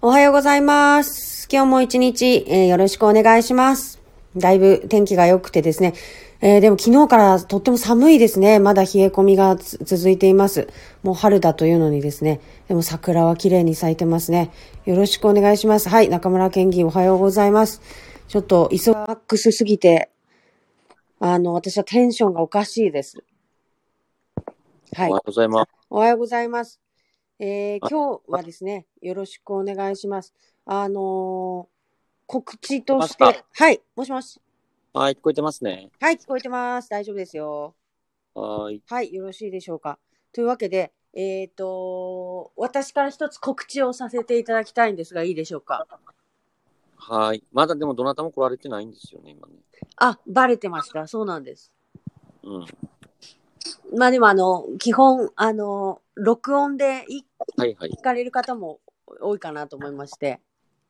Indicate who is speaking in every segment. Speaker 1: おはようございます。今日も一日、えーよろしくお願いします。だいぶ天気が良くてですね。えーでも昨日からとっても寒いですね。まだ冷え込みがつ続いています。もう春だというのにですね。でも桜は綺麗に咲いてますね。よろしくお願いします。はい、中村県議おはようございます。ちょっと忙しすぎて、あの、私はテンションがおかしいです。は
Speaker 2: おは。
Speaker 1: い
Speaker 2: ようございます。
Speaker 1: おはようございます。えー今日はですね、よろしくお願いします。あのー告知として、
Speaker 2: マスタ
Speaker 1: はい、もしもし。
Speaker 2: はい、聞こえてますね。
Speaker 1: はい、聞こえてます。大丈夫ですよ。
Speaker 2: はーい。
Speaker 1: はい、よろしいでしょうか。というわけで、えっ、と、私から一つ告知をさせていただきたいんですが、いいでしょうか。
Speaker 2: はーい。まだでもどなたも来られてないんですよね、今ね。
Speaker 1: あ、バレてました。そうなんです。
Speaker 2: うん。
Speaker 1: まあでも、あの、基本、あの、録音でい
Speaker 2: はいはい。
Speaker 1: 聞かれる方も多いかなと思いまして。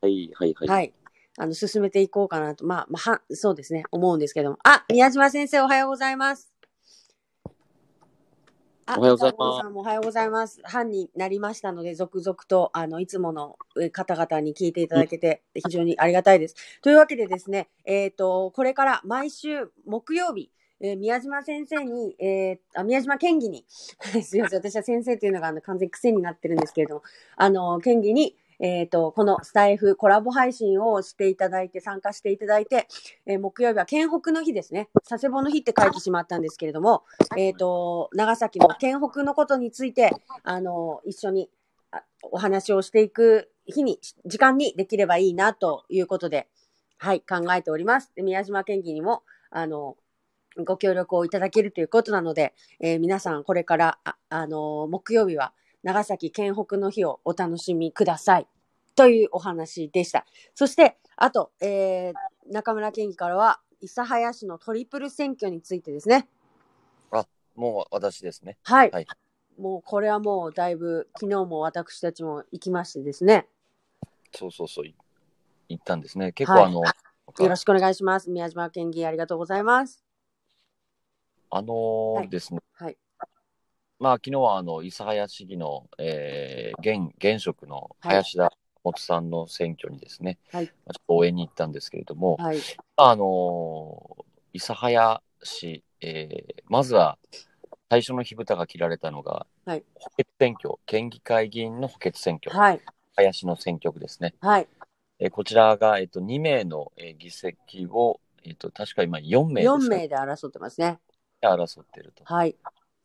Speaker 2: はいはいはい。
Speaker 1: はい。あの、進めていこうかなと。まあ、まあ、はそうですね。思うんですけども。あ、宮島先生、おはようございます。あ
Speaker 2: おはようございます
Speaker 1: 北野さんもおはようございます。班になりましたので、続々と、あの、いつものえ方々に聞いていただけて、非常にありがたいです。というわけでですね、えっ、と、これから毎週木曜日、えー宮島先生に、えーあ、宮島県議に、 すいません、私は先生というのがあの完全に癖になってるんですけれども、あの、県議に、えっ、と、このスタイフコラボ配信をしていただいて、参加していただいて、えー木曜日は県北の日ですね。佐世保の日って書いてしまったんですけれども、えっ、と、長崎の県北のことについて、あの、一緒にあお話をしていく日に、時間にできればいいなということで、はい、考えております。で宮島県議にも、あの、ご協力をいただけるということなので、えー皆さんこれから、あ、あの木曜日は長崎県北の日をお楽しみください。というお話でした。そして、あと、えー中村県議からは、諫早市のトリプル選挙についてですね。
Speaker 3: もう私ですね。
Speaker 1: はい。
Speaker 3: はい
Speaker 1: もう、これはもう、だいぶ、昨日も私たちも行きましてですね。
Speaker 3: そうそうそう。い行ったんですね。結構
Speaker 1: はい
Speaker 3: あの、
Speaker 1: よろしくお願いします。宮島県議、ありがとうございます。
Speaker 3: あの
Speaker 1: はい
Speaker 3: ーですね。
Speaker 1: はい。
Speaker 3: まあ昨日はあの、諫早市議の、えー、現、現職の
Speaker 1: はい
Speaker 3: 林田元さんの選挙にですね、
Speaker 1: はい
Speaker 3: まあちょっと応援に行ったんですけれども、
Speaker 1: はい。
Speaker 3: あのー諫早市、えーまずは最初の火蓋が切られたのが、
Speaker 1: はい
Speaker 3: 補欠選挙、県議会議員の補欠選挙、
Speaker 1: はい。
Speaker 3: 林の選挙区ですね。
Speaker 1: はい。
Speaker 3: えーこちらが、えっと、2名の、えー議席を、えっと、確か今4名
Speaker 1: 4
Speaker 3: で
Speaker 1: 名で争ってますね。
Speaker 3: 争っていると。
Speaker 1: はい。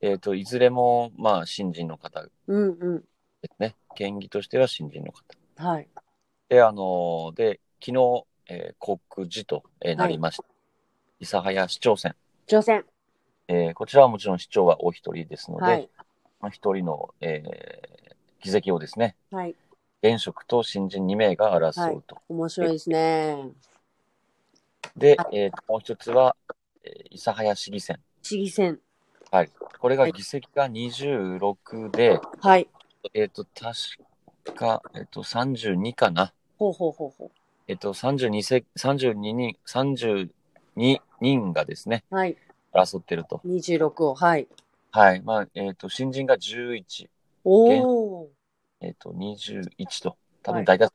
Speaker 3: えっと、いずれも、まあ、新人の方で
Speaker 1: うんうん。
Speaker 3: すね。県議としては新人の方。
Speaker 1: はい。
Speaker 3: で、あのーで、昨日、えー告示と、えーなりました。諫早市長選。
Speaker 1: 挑戦。
Speaker 3: えーこちらはもちろん市長はお一人ですので、
Speaker 1: はい。
Speaker 3: まあ、一人の、えー議席をですね、
Speaker 1: はい。
Speaker 3: 現職と新人2名が争うと。
Speaker 1: 面白いですね。
Speaker 3: で
Speaker 1: は、い
Speaker 3: えーもう一つは、えー諫早市議選。
Speaker 1: 市議選。
Speaker 3: はい。これが議席が26で、
Speaker 1: はい。
Speaker 3: えっ、と、確か、えっ、と、32かな。
Speaker 1: ほうほうほうほ
Speaker 3: えっ、と、32せ、32人、32人がですね、
Speaker 1: う。はい。
Speaker 3: 争ってると。
Speaker 1: 26を。はい。
Speaker 3: はい。まあ、えっ、と、新人が11、
Speaker 1: おー。
Speaker 3: えっ、と、21と。多
Speaker 1: はい
Speaker 3: 分大体、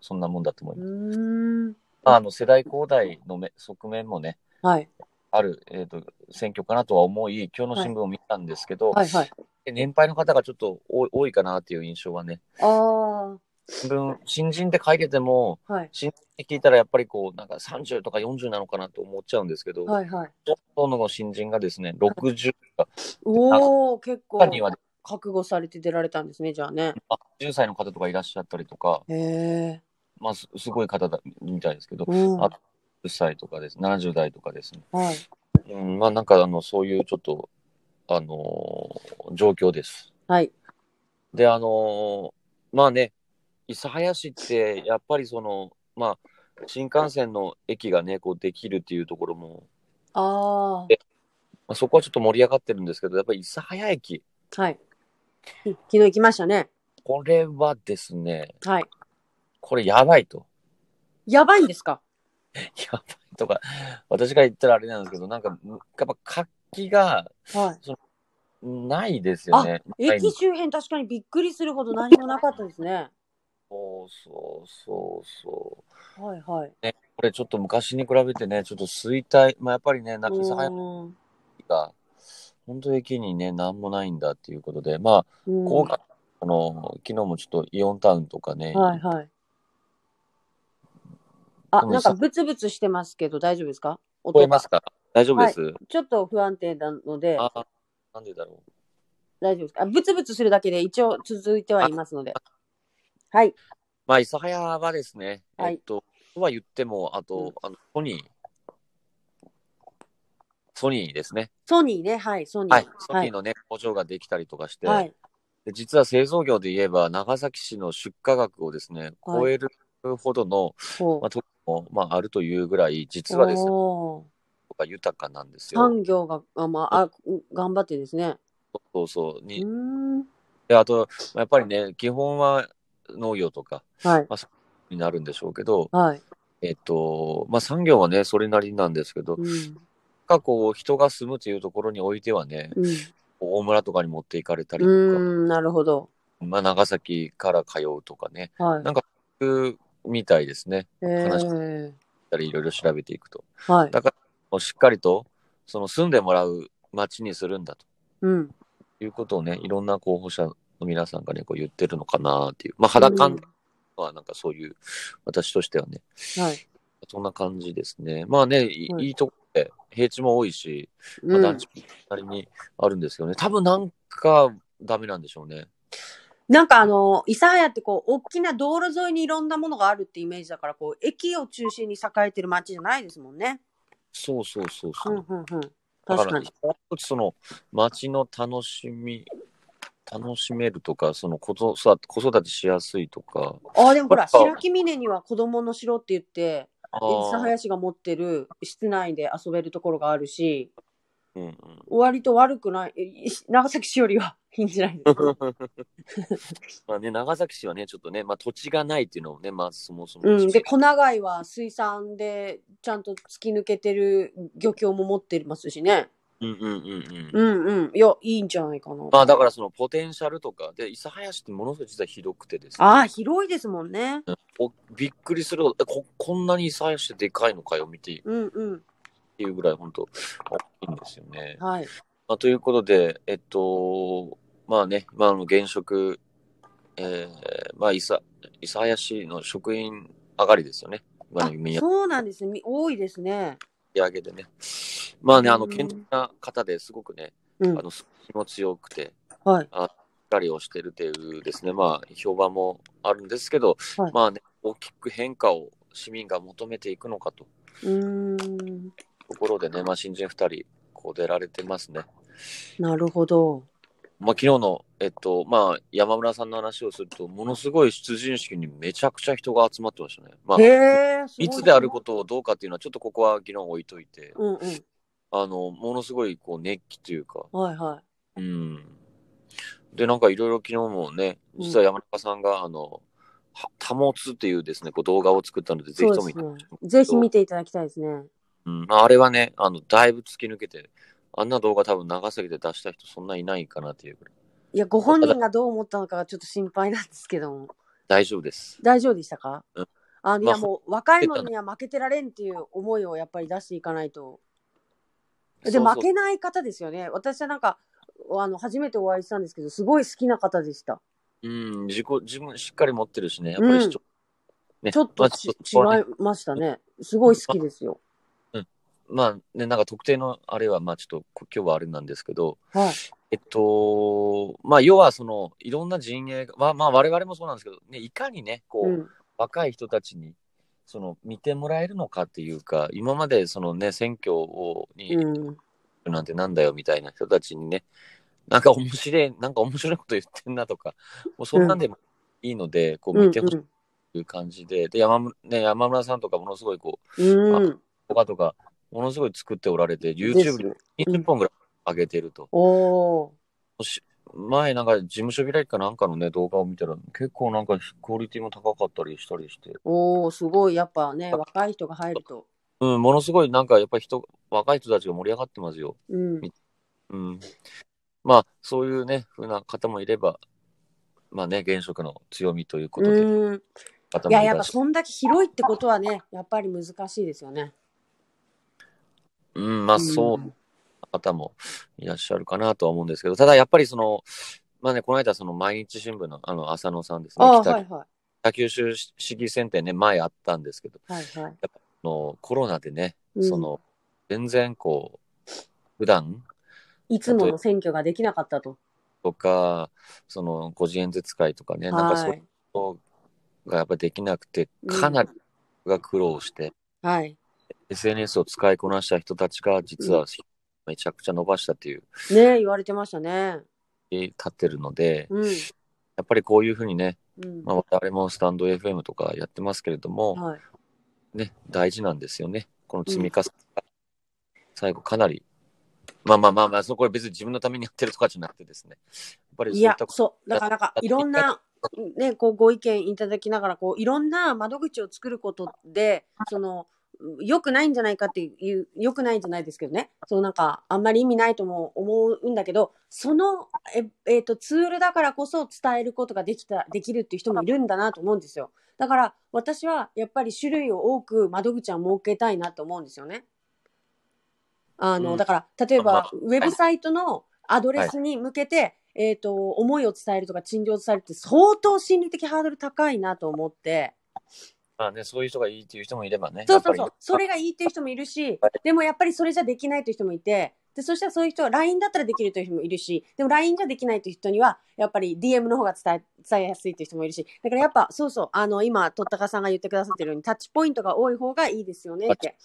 Speaker 3: そんなもんだと思いうます。
Speaker 1: ーん。
Speaker 3: まあ、あの、世代交代のめ側面もね、
Speaker 1: はい。
Speaker 3: ある、えっ、と、選挙かなとは思い、今日の新聞を見たんですけど、
Speaker 1: はいはい。
Speaker 3: 年配の方がちょっと多い多いかなっていう印象はね、
Speaker 1: あ
Speaker 3: 新聞、新人って書いてても、
Speaker 1: ー。はい。
Speaker 3: 新人って聞いたらやっぱりこうなんか30とか40なのかなと思っちゃうんですけど、
Speaker 1: はいはい。
Speaker 3: ほとんどの新人がですね60
Speaker 1: おー、結構
Speaker 3: かには
Speaker 1: 覚悟されて出られたんですね、じゃあね。
Speaker 3: あ10歳の方とかいらっしゃったりとか、
Speaker 1: へえ。
Speaker 3: まあ、すすごい方だみたいですけど、
Speaker 1: うん。は
Speaker 3: あ10歳とかです70代とかですね、
Speaker 1: い。
Speaker 3: うん、まあなんかあのそういうちょっと、あのー状況です。
Speaker 1: はい。
Speaker 3: であのーまあね諫早市ってやっぱりそのまあ新幹線の駅がねこうできるっていうところも、
Speaker 1: あ
Speaker 3: まあ、そこはちょっと盛り上がってるんですけどやっぱり諫早駅
Speaker 1: ー。はい。き昨日行きましたね。
Speaker 3: これはですね、
Speaker 1: はい。
Speaker 3: これやばいと。
Speaker 1: やばいんですか
Speaker 3: やばいとか、私が言ったらあれなんですけど、なんか、むやっぱ活気が
Speaker 1: は
Speaker 3: ないですよね。
Speaker 1: い。駅周辺確かにびっくりするほど何もなかったですね。
Speaker 3: そうそうそうそう。
Speaker 1: はいはい。
Speaker 3: これちょっと昔に比べてね、ちょっと衰退、まあ、やっぱりね、中居さん
Speaker 1: うん
Speaker 3: が、本当駅にね、なんもないんだっていうことで、まあ、
Speaker 1: うん
Speaker 3: 今回、あの、昨日もちょっとイオンタウンとかね、
Speaker 1: はいはい。あ、
Speaker 3: でも
Speaker 1: なんか
Speaker 3: さ
Speaker 1: ブツブツしてますけど大丈夫ですか
Speaker 3: 聞こえ
Speaker 1: 音が
Speaker 3: ますか大丈夫です、
Speaker 1: ちょっと不安定なので、
Speaker 3: あーなんでだろう
Speaker 1: 大丈夫ですかブツブツするだけで一応続いてはいますので。はい。
Speaker 3: まあ、諫早はですね、
Speaker 1: はい
Speaker 3: えっと、とは言っても、あ
Speaker 1: うん
Speaker 3: と、あのソニー、ソニーですね。
Speaker 1: ソニーね、はい、ソニー。
Speaker 3: はい。ソニーのね、工場ができたりとかして、
Speaker 1: はい。
Speaker 3: で実は製造業で言えば、長崎市の出荷額をですね、超えるほどの、
Speaker 1: ほう
Speaker 3: まあ、ともまあ、あるというぐらい、実はですね、
Speaker 1: お
Speaker 3: 豊かなんです
Speaker 1: ー
Speaker 3: よ。
Speaker 1: 産業が、あ、まあ、あ頑張ってですね。
Speaker 3: そうそう。
Speaker 1: う
Speaker 3: に
Speaker 1: ーん。
Speaker 3: であと、まあやっぱりね、基本は農業とか
Speaker 1: はい。
Speaker 3: になるんでしょうけど、
Speaker 1: はい。
Speaker 3: えっと、まあ、産業はね、それなりなんですけど、
Speaker 1: うん。
Speaker 3: がこう人が住むというところにおいてはね、
Speaker 1: うん。
Speaker 3: 大村とかに持っていかれたり
Speaker 1: う
Speaker 3: と
Speaker 1: ー
Speaker 3: か、
Speaker 1: ん、なるほど。
Speaker 3: まあ、長崎から通うとかね、
Speaker 1: はい
Speaker 3: なん。いうみたいですね。
Speaker 1: え
Speaker 3: 話
Speaker 1: ー、
Speaker 3: いろいろ調べていくと。
Speaker 1: はい。
Speaker 3: だもうしっかりとその住んでもらう町にするんだと
Speaker 1: うん。
Speaker 3: いうことをね、いろんな候補者の皆さんがね、こう言ってるのかなっていう。まあ、肌感はなんかそういう、私としてはね、
Speaker 1: うんはい。
Speaker 3: そんな感じですね。まあね、い
Speaker 1: はい
Speaker 3: いいとこで、平地も多いし、まあ
Speaker 1: うん
Speaker 3: 団地もなりにあるんですけどね、多分なんかダメなんでしょうね。
Speaker 1: なんかあの、諫早ってこう、大きな道路沿いにいろんなものがあるってイメージだから、こう、駅を中心に栄えてる街じゃないですもんね。
Speaker 3: そうそうそうそうう。
Speaker 1: ん、うん、うん。
Speaker 3: だ
Speaker 1: 確
Speaker 3: から
Speaker 1: かに。
Speaker 3: もう一つその街の楽しみ、楽しめるとか、その子育て子育てしやすいとか、
Speaker 1: ああ、でもほら、
Speaker 3: そう
Speaker 1: 白木峰には子供の城って言って、
Speaker 3: あ
Speaker 1: 諫
Speaker 3: ー
Speaker 1: 早市が持ってる室内で遊べるところがあるし、
Speaker 3: うんうん、
Speaker 1: 割と悪くない、いい長崎市よりはいいんじゃないです か。
Speaker 3: まあね、長崎市はね、ちょっとね、まあ、土地がないっていうのもね、まあ、そもそも、
Speaker 1: うん。で、小長井は水産で、ちゃんと突き抜けてる漁協も持ってますしね。
Speaker 3: うんうんうんうん。
Speaker 1: うんうん。いや、いいんじゃないかな。
Speaker 3: まあ、だからそのポテンシャルとか、で、諫早市ってものすごい実は広くてですね、
Speaker 1: ああ、広いですもんね。
Speaker 3: おびっくりするほどえこ、こんなに諫早市ってでかいのかよ、見てっ
Speaker 1: うんうん。
Speaker 3: ていうぐらい、本当大きいんですよね。
Speaker 1: はい。
Speaker 3: まあ、ということで、えっと、まあね、まあ、あの現職、えー、まあ、諫諫早市の職員上がりですよね。ま
Speaker 1: あ
Speaker 3: あ、見
Speaker 1: そうなんですね。み多いですね。
Speaker 3: 上げでね。まあね、あの、
Speaker 1: うん
Speaker 3: 健全な方ですごくね、
Speaker 1: うん
Speaker 3: あ。の、気も強くて、
Speaker 1: はい。
Speaker 3: しっかりをしてるというですね、まあ、評判もあるんですけど、
Speaker 1: はい
Speaker 3: まあね、大きく変化を市民が求めていくのかという
Speaker 1: ーん。
Speaker 3: うところでね、まあ、新人2人、こう出られてますね。
Speaker 1: なるほど。
Speaker 3: まあ、昨日の、えっと、まあ、山村さんの話をすると、ものすごい出陣式にめちゃくちゃ人が集まってましたね。まあ、
Speaker 1: へえ。すごい
Speaker 3: 密であることをどうかっていうのは、ちょっとここは議論を置いといて、
Speaker 1: うんうん。
Speaker 3: あの、ものすごい、こう、熱気というか、
Speaker 1: はいは
Speaker 3: うん。で、なんかいろいろ昨日もね、実は山中さんが、あの、は保つっていうですね、こう動画を作ったので、
Speaker 1: い。
Speaker 3: ぜ
Speaker 1: そ
Speaker 3: ひ
Speaker 1: う
Speaker 3: とも
Speaker 1: で
Speaker 3: 見
Speaker 1: す
Speaker 3: て、
Speaker 1: ね。ぜひ見ていただきたいですね。
Speaker 3: うん、まああれはね、あの、だいぶ突き抜けて、あんな動画多分長崎で出した人そんないないかなっていうぐらい。
Speaker 1: いや、ご本人がどう思ったのかがちょっと心配なんですけども。
Speaker 3: 大丈夫です。
Speaker 1: 大丈夫でしたか
Speaker 3: うん
Speaker 1: あの、い
Speaker 3: まあ
Speaker 1: や、もう若いのには負けてられんっていう思いをやっぱり出していかないと。で、
Speaker 3: そうそう
Speaker 1: 負けない方ですよね。私はなんか、あの、初めてお会いしたんですけど、すごい好きな方でした。
Speaker 3: うん、自己、自分しっかり持ってるしね、やっぱり主張、ね
Speaker 1: ちょっ
Speaker 3: ま
Speaker 1: と
Speaker 3: あ
Speaker 1: ち、
Speaker 3: ちょっとそこは
Speaker 1: 違いましたね。すごい好きです よ。
Speaker 3: まあね、なんか特定のあれは、まあちょっとこ今日はあれなんですけど、
Speaker 1: はい。
Speaker 3: えっと、まあ要はその、いろんな陣営が、まあまあ我々もそうなんですけど、ね、いかにね、こう、
Speaker 1: うん。
Speaker 3: 若い人たちに、その見てもらえるのかっていうか、今までそのね、選挙をに、
Speaker 1: うん。
Speaker 3: なんてなんだよみたいな人たちにね、なんか面白い、なんか面白いこと言ってんなとか、もうそんなんでもいいので、こう
Speaker 1: うん
Speaker 3: 見てほしいという感じで、で山村ね、山村さんとかものすごいこう、
Speaker 1: うん。うん。
Speaker 3: 動画とか、ものすごい作っておられて、
Speaker 1: です
Speaker 3: YouTube
Speaker 1: ね
Speaker 3: に20本ぐらい上げてると。
Speaker 1: おー。
Speaker 3: し前なんか事務所開きかなんかのね、動画を見たら、結構なんかクオリティも高かったりしたりして、
Speaker 1: おー、すごい。やっぱね、若い人が入ると。
Speaker 3: うん、ものすごいなんかやっぱ人、若い人たちが盛り上がってますよ。
Speaker 1: うん。
Speaker 3: うん。まあ、そういうね、ふうな方もいれば、まあね、現職の強みということで、
Speaker 1: うん。い
Speaker 3: 頭
Speaker 1: や、
Speaker 3: に
Speaker 1: やっ
Speaker 3: 出
Speaker 1: ぱ
Speaker 3: して。
Speaker 1: そんだけ広いってことはね、やっぱり難しいですよね。
Speaker 3: うん、まあそう
Speaker 1: う、ん
Speaker 3: 方もいらっしゃるかなとは思うんですけど、ただやっぱりその、まあね、この間その毎日新聞のあの浅野さんですね、
Speaker 1: ああ、
Speaker 3: 北,、
Speaker 1: はいは
Speaker 3: 北九州市議選ってね、前あったんですけど、
Speaker 1: い。はいはい。
Speaker 3: あのコロナでね、
Speaker 1: うん
Speaker 3: その、全然こう、普段
Speaker 1: いつもの選挙ができなかったと。
Speaker 3: とか、その、ご自演説会とかね、なんかそう
Speaker 1: はい
Speaker 3: いう。のがやっぱりできなくて、かなりが苦労して、
Speaker 1: はい。
Speaker 3: SNS を使いこなした人たちが、実はめちゃくちゃ伸ばしたっていう、
Speaker 1: ね言われてましたね。
Speaker 3: 立ってるので、
Speaker 1: うん。
Speaker 3: やっぱりこういうふうにね、
Speaker 1: うん。
Speaker 3: まあ、我々もスタンド FM とかやってますけれども、
Speaker 1: はい。
Speaker 3: ね、大事なんですよね。この積み重ねが、最後かなり、まあまあまあまあ、そこは別に自分のためにやってるとかじゃなくてですね。やっぱりそう
Speaker 1: い
Speaker 3: いっ
Speaker 1: や
Speaker 3: た、こ
Speaker 1: そう、だからなんかいろんな、ね、こうご意見いただきながら、こういろんな窓口を作ることで、その、良くないんじゃないかっていう、良くないんじゃないですけどね。そうなんか、あんまり意味ないとも思うんだけど、その、え、えっ、と、ツールだからこそ伝えることができた、できるっていう人もいるんだなと思うんですよ。だから、私はやっぱり種類を多く窓口は設けたいなと思うんですよね。あの、
Speaker 3: うん
Speaker 1: だから、例え
Speaker 3: ま
Speaker 1: ば
Speaker 3: あ、
Speaker 1: ウェブサイトのアドレスに向けて、えっ、と、思いを伝えるとか、陳情を伝えるって相当心理的ハードル高いなと思って、
Speaker 3: まあね、そういう人がいいっていう人もいればね。
Speaker 1: そうそうそ
Speaker 3: やっ
Speaker 1: う
Speaker 3: ぱ、り
Speaker 1: それがいいっていう人もいるし
Speaker 3: はい、
Speaker 1: でもやっぱりそれじゃできないという人もいて、で、そしたらそういう人は LINE だったらできるという人もいるし、でも LINE じゃできないという人には、やっぱり DM の方が伝え、伝えやすいという人もいるし、だからやっぱ、そうそう、あの、今、とったかさんが言ってくださってるように、タッチポイントが多い方がいいですよねって。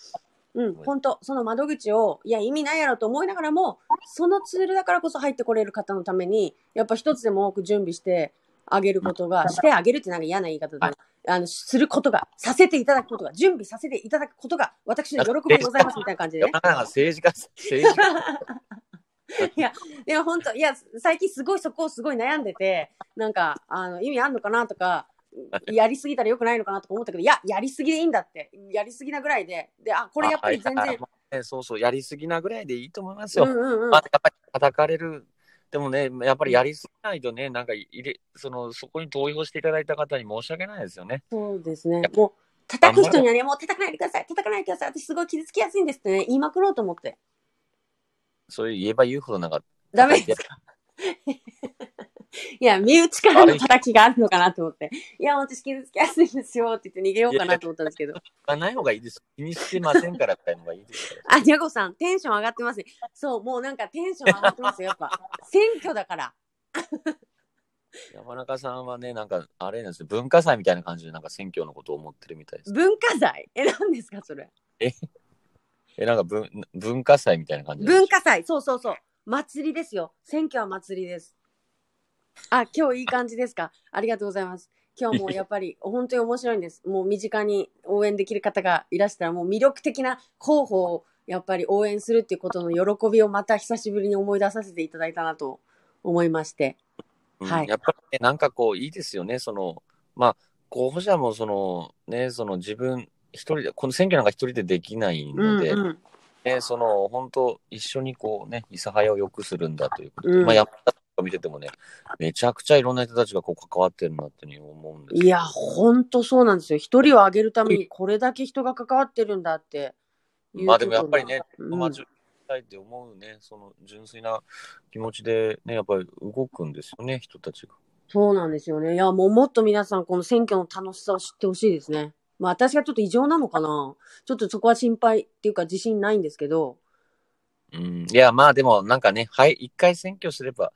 Speaker 1: うん、本当その窓口を、いや、意味ないやろと思いながらも、そのツールだからこそ入ってこれる方のために、やっぱ一つでも多く準備してあげることが、してあげるってなんか嫌な言い方だな。あの、することが、させていただくことが、準備させていただくことが、私の喜びでございますみたいな感じでね
Speaker 3: 世。の中が政治家、政治家。
Speaker 1: いや、でも本当、いや、最近すごいそこをすごい悩んでて、なんか、あの、意味あんのかなとか、やりすぎたらよくないのかなとか思ったけど、いや、やりすぎでいいんだって、やりすぎなぐらいで、で、あ、これやっぱり全
Speaker 3: あは
Speaker 1: 然
Speaker 3: い、あねそうそう、やりすぎなぐらいでいいと思います
Speaker 1: う
Speaker 3: よ。
Speaker 1: んうんうん
Speaker 3: まあ、やっぱり叩かれる。でもね、やっぱりやりすぎないとね、なんか入れ、その、そこに投票していただいた方に申し訳ないですよね。
Speaker 1: そうですね。もう、叩く人にはね、もう叩かないでください、叩かないでください、私すごい傷つきやすいんですってね、言いまくろうと思って。
Speaker 3: それ言えば言うほどなんか、
Speaker 1: ダメですかいや、身内からの叩きがあるのかなと思って。いや、私傷つきやすいんですよって言って逃げようかなと思ったんですけ ど。
Speaker 3: まあない方がいいです。気にしてませんからみたいなのがいいで すよ。
Speaker 1: あ、ニャコさん、テンション上がってますね。そう、もうなんかテンション上がってますよ、やっぱ。選挙だから。
Speaker 3: 山中さんはね、なんか、あれなんですよ、文化祭みたいな感じで、なんか選挙のことを思ってるみたいです。
Speaker 1: 文化財え、何ですか、それ。
Speaker 3: え、なんか文、文化祭みたいな感じなんで
Speaker 1: 文
Speaker 3: すよ
Speaker 1: 化祭、そうそうそう。祭りですよ。選挙は祭りです。あ、今日いい感じですか。ありがとうございます。今日もやっぱり 本当に面白いんです。もう身近に応援できる方がいらしたら、もう魅力的な候補をやっぱり応援するっていうことの喜びをまた久しぶりに思い出させていただいたなと思いまして。
Speaker 3: うん
Speaker 1: はい
Speaker 3: やっぱりね、なんかこう、いいですよね、その、まあ、候補者も、その、ね、その自分、一人で、この選挙なんか一人でできないので、
Speaker 1: うんうん
Speaker 3: ね、その、本当一緒にこうね、諫早を良くするんだということで、
Speaker 1: うん
Speaker 3: まあ、やったと見ててもね、めちゃくちゃいろんな人たちがこう関わってるなっていうふうに思うんです
Speaker 1: いや、ほんとそうなんですよ。一人を挙げるためにこれだけ人が関わってるんだっていうことが。
Speaker 3: まあでもやっぱりね、
Speaker 1: うん、
Speaker 3: まあ、自分たいって思うね、その純粋な気持ちでね、やっぱり動くんですよね、人たちが。
Speaker 1: そうなんですよね。いや、もうもっと皆さん、この選挙の楽しさを知ってほしいですね。まあ、私がちょっと異常なのかな。ちょっとそこは心配っていうか、自信ないんですけど。
Speaker 3: うん、いや、まあでもなんかね、はい、一回選挙すれば、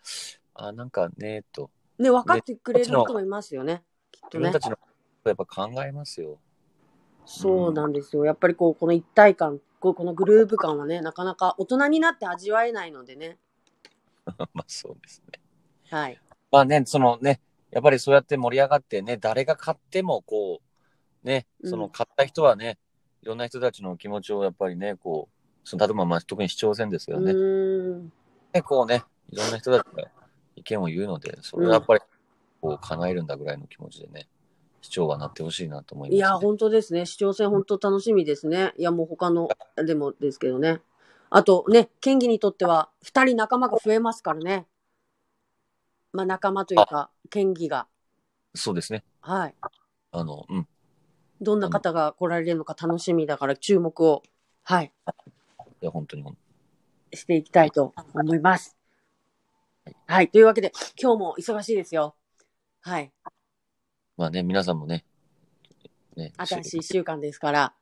Speaker 3: あ、なんかね、と、
Speaker 1: ね、分かってくれる人もいますよね。きっと
Speaker 3: 自分
Speaker 1: ね
Speaker 3: た。ちのことやっぱ考えますよ。
Speaker 1: そうなんですよ。やっぱりこう、この一体感、こうこのグループ感はね、なかなか大人になって味わえないのでね。
Speaker 3: まあそうですね。
Speaker 1: はい。
Speaker 3: まあね、そのね、やっぱりそうやって盛り上がってね、誰が勝ってもこう、ね、そ
Speaker 1: うん
Speaker 3: の勝った人はね、いろんな人たちの気持ちをやっぱりね、こう、その例えばまあ特に市長選ですけ
Speaker 1: う
Speaker 3: どね、
Speaker 1: ーん。
Speaker 3: ね、こうね、いろんな人たちが意見を言うので、それはやっぱり、こう、叶えるんだぐらいの気持ちでね、市長はなってほしいなと思います、
Speaker 1: い
Speaker 3: ね。
Speaker 1: や、本当ですね。市長選本当楽しみですね。いや、もう他のでもですけどね。あとね、県議にとっては2人仲間が増えますからね。まあ仲間というか、県議が。
Speaker 3: そうですね。
Speaker 1: はい。
Speaker 3: あの、うん。
Speaker 1: どんな方が来られるのか楽しみだから注目を、はい、
Speaker 3: いや、本当に本
Speaker 1: していきたいと思います。はい。というわけで、今日も忙しいですよ。はい。
Speaker 3: 当まあね、皆さんもね、ね、
Speaker 1: 新しい1週間ですから。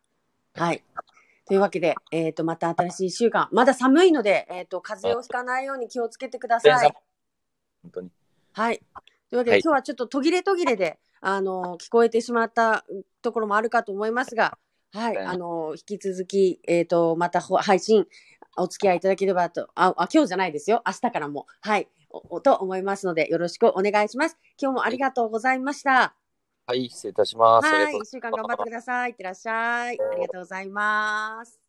Speaker 1: はい。というわけで、えっ、と、また新しい1週間。まだ寒いので、えっ、と、風邪をひかないように気をつけてください。
Speaker 3: 本当に。
Speaker 1: はい。というわけで、
Speaker 3: はい
Speaker 1: 今日はちょっと途切れ途切れで、あの、聞こえてしまったところもあるかと思いますが、はい。
Speaker 3: はい
Speaker 1: あの、引き続き、えっ、と、またほ配信、お付き合いいただければと、あ、あ今日じゃないですよ。明日からも。はい。おおと思いますので、よろしくお願いします。今日もありがとうございました。
Speaker 3: はい、失礼いたします。あ
Speaker 1: は
Speaker 3: りがとうござい
Speaker 1: い。
Speaker 3: ます
Speaker 1: 一週間頑張ってください。いってらっしゃい。ありがとうございます。